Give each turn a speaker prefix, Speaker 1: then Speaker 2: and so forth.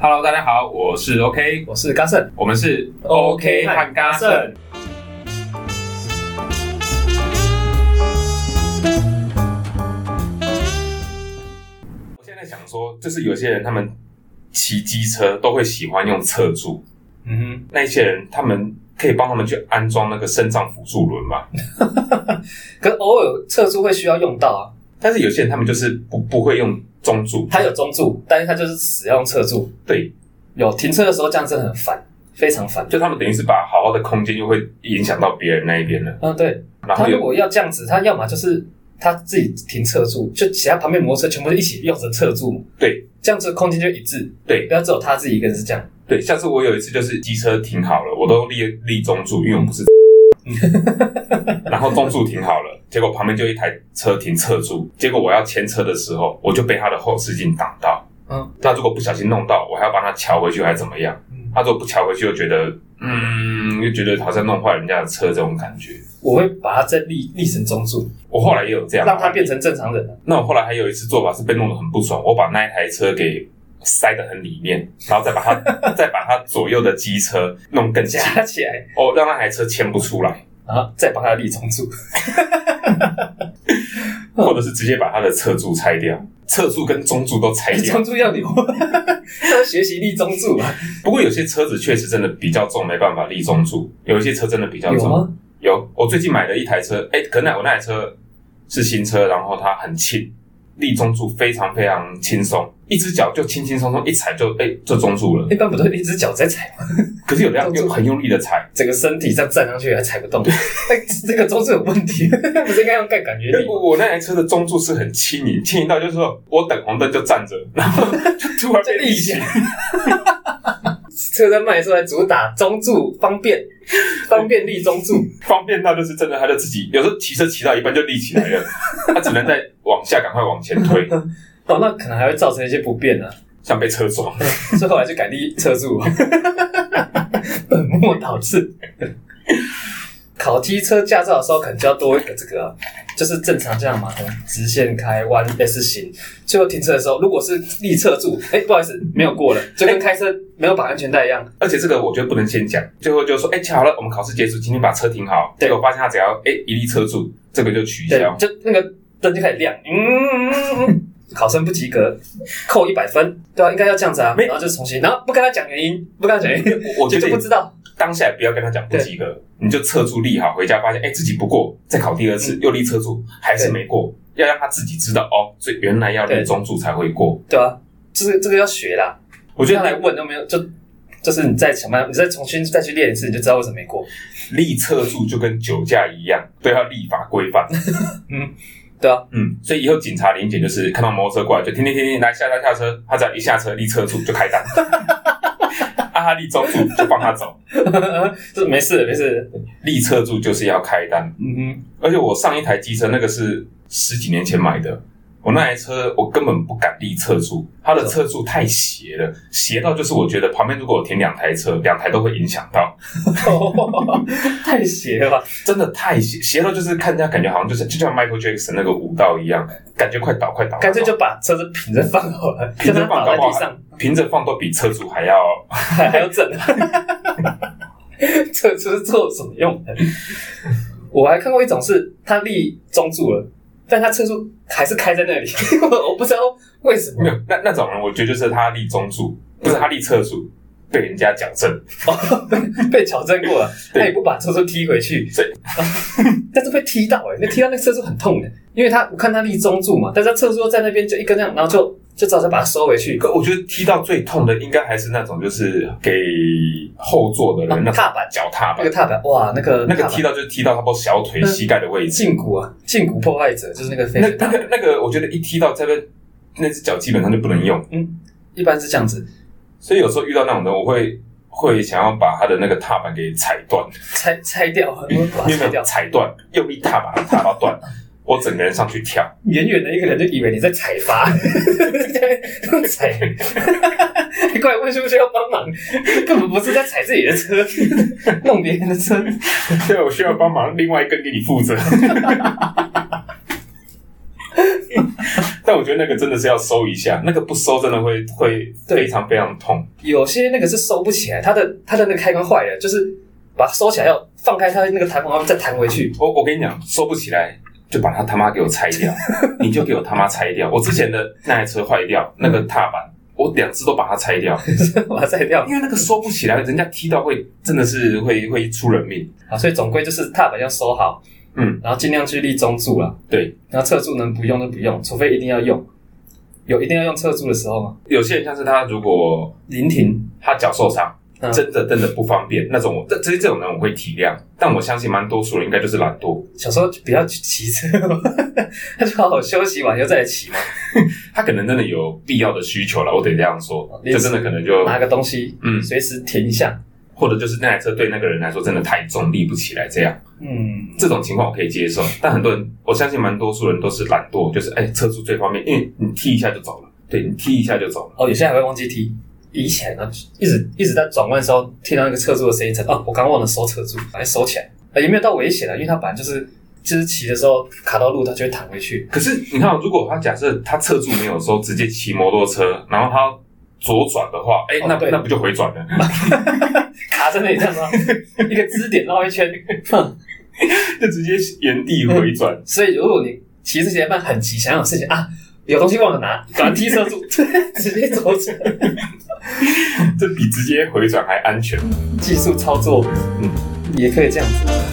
Speaker 1: Hello，大家好，我是 OK，
Speaker 2: 我是嘉盛。
Speaker 1: 我们是
Speaker 2: OK 和
Speaker 1: 嘎
Speaker 2: 嘉
Speaker 1: 盛
Speaker 2: 盛。
Speaker 1: 我现在在想说，就是有些人他们骑机车都会喜欢用侧柱，
Speaker 2: 嗯
Speaker 1: 那一些人他们可以帮他们去安装那个肾脏辅助轮嘛。
Speaker 2: 哼，可是偶尔侧柱会需要用到啊。
Speaker 1: 但是有些人他们就是不不会用中柱，
Speaker 2: 它有中柱，但是它就是死要用侧柱。
Speaker 1: 对，
Speaker 2: 有停车的时候这样真的很烦，非常烦。
Speaker 1: 就他们等于是把好好的空间又会影响到别人那一边了。
Speaker 2: 嗯，对，
Speaker 1: 然后
Speaker 2: 他如
Speaker 1: 有
Speaker 2: 果要这样子，他要么就是他自己停侧柱，就其他旁边摩托车全部就一起用成侧柱嘛。
Speaker 1: 对，
Speaker 2: 这样子空间就一致。
Speaker 1: 对
Speaker 2: 不要只有他自己一个人是这样。
Speaker 1: 对，下次我有一次就是机车停好了，我都立立中柱，因为我们 是，然后中柱停好了，结果旁边就一台车停侧柱，结果我要牵车的时候，我就被他的后视镜挡到。
Speaker 2: 嗯
Speaker 1: 那如果不小心弄到，我还要帮他瞧回去，还怎么样？
Speaker 2: 嗯，
Speaker 1: 他如果不瞧回去，又觉得嗯，又觉得好像弄坏人家的车这种感觉。
Speaker 2: 我会把它再立立成中柱，
Speaker 1: 我后来也有这样，
Speaker 2: 让它变成正常人啊。
Speaker 1: 那我后来还有一次做法是被弄得很不爽，我把那一台车给塞得很里面，然后再把 它再把它左右的机车弄更近，
Speaker 2: 加起来，
Speaker 1: 哦，让那台车牵不出来，
Speaker 2: 然后再帮它立中柱。嗯
Speaker 1: 或者是直接把它的侧柱拆掉，侧柱跟中柱都拆掉
Speaker 2: 中。柱 要留，要学习立中柱啊？
Speaker 1: 不过有些车子确实真的比较重，没办法立中柱，有一些车真的比较
Speaker 2: 有
Speaker 1: 重。
Speaker 2: 吗？
Speaker 1: 有，我最近买了一台车，哎、可能我那台车是新车，然后它很轻，立中柱非常非常轻松，一只脚就轻轻松松一踩就哎、就中柱了。
Speaker 2: 一般不都一只脚在踩吗？
Speaker 1: 可是有的要
Speaker 2: 中柱
Speaker 1: 用很用力的踩，
Speaker 2: 整个身体这样站上去还踩不动，哎，这个中柱有问题，不是应该用杠杆原理吗？
Speaker 1: 我我那台车的中柱是很轻盈，轻盈到就是说我等红灯就站着，然后就突然被
Speaker 2: 就立
Speaker 1: 立起
Speaker 2: 起
Speaker 1: 来。
Speaker 2: 来。车在卖的时候还主打中柱方便，方便立中柱，
Speaker 1: 方便到就是真的，他就自己有时候骑车骑到一半就立起来了，他只能再往下赶快往前推，
Speaker 2: 哦，那可能还会造成一些不便呢、啊，
Speaker 1: 像被车撞。
Speaker 2: 所以后来就改立车柱啊， 本末倒置。考机车驾照的时候，可能就要多一个这个啊、就是正常这样嘛，可能直线开弯 S 型，最后停车的时候，如果是立侧柱，哎、不好意思，没有过了，就跟开车没有绑安全带一样。
Speaker 1: 而且这个我觉得不能先讲，最后就说，哎、恰好了，我们考试结束，今天把车停好。
Speaker 2: 对
Speaker 1: 结果发现他只要哎、一立车柱，这个就取
Speaker 2: 对
Speaker 1: 消，。
Speaker 2: 就那个灯就开始亮，嗯，嗯嗯嗯考生不及格，扣一百分，对啊，应该要这样子啊，
Speaker 1: 没
Speaker 2: 然后就重新，然后不跟他讲原因，不跟他讲原因，
Speaker 1: 我我觉
Speaker 2: 就
Speaker 1: 得
Speaker 2: 就不
Speaker 1: 你
Speaker 2: 知道，
Speaker 1: 当下也不要跟他讲不及格，你就车柱立好，回家发现哎、自己不过，再考第二次、又立车柱，还是没过，要让他自己知道哦，所以原来要立
Speaker 2: 对
Speaker 1: 中柱才会过。
Speaker 2: 对啊，这个这个要学啦，
Speaker 1: 我
Speaker 2: 不
Speaker 1: 觉
Speaker 2: 要
Speaker 1: 得
Speaker 2: 来
Speaker 1: 来
Speaker 2: 问都没有，就就是你再想办法，你再重新再去练一次，你就知道为什么没过，
Speaker 1: 立车柱就跟酒驾一样，都要立法规范。
Speaker 2: 对啊，
Speaker 1: 嗯，所以以后警察临检就是看到摩托车过来就停停停停，来下车下车，他只要一下车立车柱就开单， 啊他立中柱就放他走，
Speaker 2: 就是没事的没事的，
Speaker 1: 立车柱就是要开单。
Speaker 2: 嗯
Speaker 1: 而且我上一台机车那个是十几年前买的，我那台车我根本不敢立侧柱，它的侧柱太斜了，斜到就是我觉得旁边如果我停两台车，两台都会影响到，
Speaker 2: 哼， 太邪了吧，
Speaker 1: 真的太斜，斜到就是看人家感觉好像就是就像 Michael Jackson 那个舞蹈一样，感觉快倒快倒，
Speaker 2: 干脆就把车子平着放好了，
Speaker 1: 平着
Speaker 2: 让它
Speaker 1: 放
Speaker 2: 倒在
Speaker 1: 搞不好
Speaker 2: 地上，
Speaker 1: 平着放都比车柱还要。
Speaker 2: 还还要整啊！ 这这 是做什么用的？我还看过一种是，它立中柱了，但它车速还是开在那里， 我我不知道为什么
Speaker 1: 没。有，那那种人，我觉得就是他立中柱，不是他立侧柱，被人家矫正。
Speaker 2: 哦， 被被矫正过了，
Speaker 1: 对
Speaker 2: 他也不把车速踢回去
Speaker 1: 对，
Speaker 2: 但是被踢到哎、欸，那踢到那车速很痛的，因为他我看他立中柱嘛，但是他车速又在那边就一根这样，然后就就只好再把它收回去。
Speaker 1: 可我觉得踢到最痛的，应该还是那种就是给后座的人、
Speaker 2: 啊
Speaker 1: 那种
Speaker 2: 踏板
Speaker 1: 脚踏板
Speaker 2: 那个，踏板，哇，那个
Speaker 1: 那个
Speaker 2: 踏板
Speaker 1: 踢到就是踢到差不多小腿、
Speaker 2: 嗯
Speaker 1: 膝盖的位置。
Speaker 2: 胫骨啊，胫骨破坏者就是那个非
Speaker 1: 那
Speaker 2: 常
Speaker 1: 那个那个，我觉得一踢到这边，那只脚基本上就不能用。
Speaker 2: 一般是这样子，
Speaker 1: 所以有时候遇到那种人，我会会想要把他的那个踏板给踩断，
Speaker 2: 拆拆掉， 我把它
Speaker 1: 你有没
Speaker 2: 拆掉
Speaker 1: 有？踩断？用力踏把它踏到断，我整个人上去跳。
Speaker 2: 远远的一个人就以为你在采伐， 采，快问需不需要帮忙？ 根本不是在踩自己的车，弄别人的车。
Speaker 1: 对，我需要帮忙，另外一根给你负责。 但我觉得那个真的是要收一下，那个不收真的会会非常非常痛。
Speaker 2: 有些那个是收不起来，它的它的那个开关坏了，就是把它收起来要放开它那个弹簧，然后再弹回去。
Speaker 1: 我我跟你讲，收不起来就把它他妈给我拆掉，你就给我他妈拆掉。我之前的那台车坏掉，那个踏板我两只都把它拆掉，
Speaker 2: 把它拆掉
Speaker 1: 因为那个收不起来，人家踢到会真的是会会出人命。
Speaker 2: 啊，所以总归就是踏板要收好，
Speaker 1: 嗯，
Speaker 2: 然后尽量去立中柱啦，
Speaker 1: 对，
Speaker 2: 然后侧柱能不用就不用，除非一定要用。有一定要用侧柱的时候吗？
Speaker 1: 有些人像是他如果
Speaker 2: 临停，
Speaker 1: 他脚受伤，
Speaker 2: 嗯
Speaker 1: 真的真的不方便那种，这这这种人我会体谅，但我相信蛮多数人应该就是懒惰。
Speaker 2: 小时候就不要去骑车， 他就好好休息完以后再来骑嘛，
Speaker 1: 他可能真的有必要的需求了，我得这样说，
Speaker 2: 练
Speaker 1: 就
Speaker 2: 习
Speaker 1: 真的可能就
Speaker 2: 拿个东西，
Speaker 1: 嗯，
Speaker 2: 随时停一下。
Speaker 1: 或者就是那台车对那个人来说真的太重，立不起来这样，
Speaker 2: 嗯，
Speaker 1: 这种情况我可以接受。但很多人，我相信蛮多数人都是懒惰，就是哎，车速最方便，因为你踢一下就走了，对你踢一下就走了，
Speaker 2: 哦，有些还会忘记踢。以前呢，一直一直在转弯的时候听到那个侧柱的声音，才哦，我刚忘了收侧柱，把它收起来。呃，也没有到危险了，因为它本来就是就是骑的时候卡到路，它就会弹回去。
Speaker 1: 可是你看哦，如果他假设他侧柱没有收，直接骑摩托车，然后他左转的话，哎、
Speaker 2: 哦
Speaker 1: 那、
Speaker 2: 对
Speaker 1: 那不就回转了？
Speaker 2: 卡在那里，这样吗？ 一个支点绕一圈。
Speaker 1: 就直接原地回转。
Speaker 2: 所以如果你骑这些慢很急，想要有事情啊，有东西忘了拿，赶快踢车柱， 直接走起来。
Speaker 1: 这比直接回转还安全。
Speaker 2: 技术操作，嗯，也可以这样子。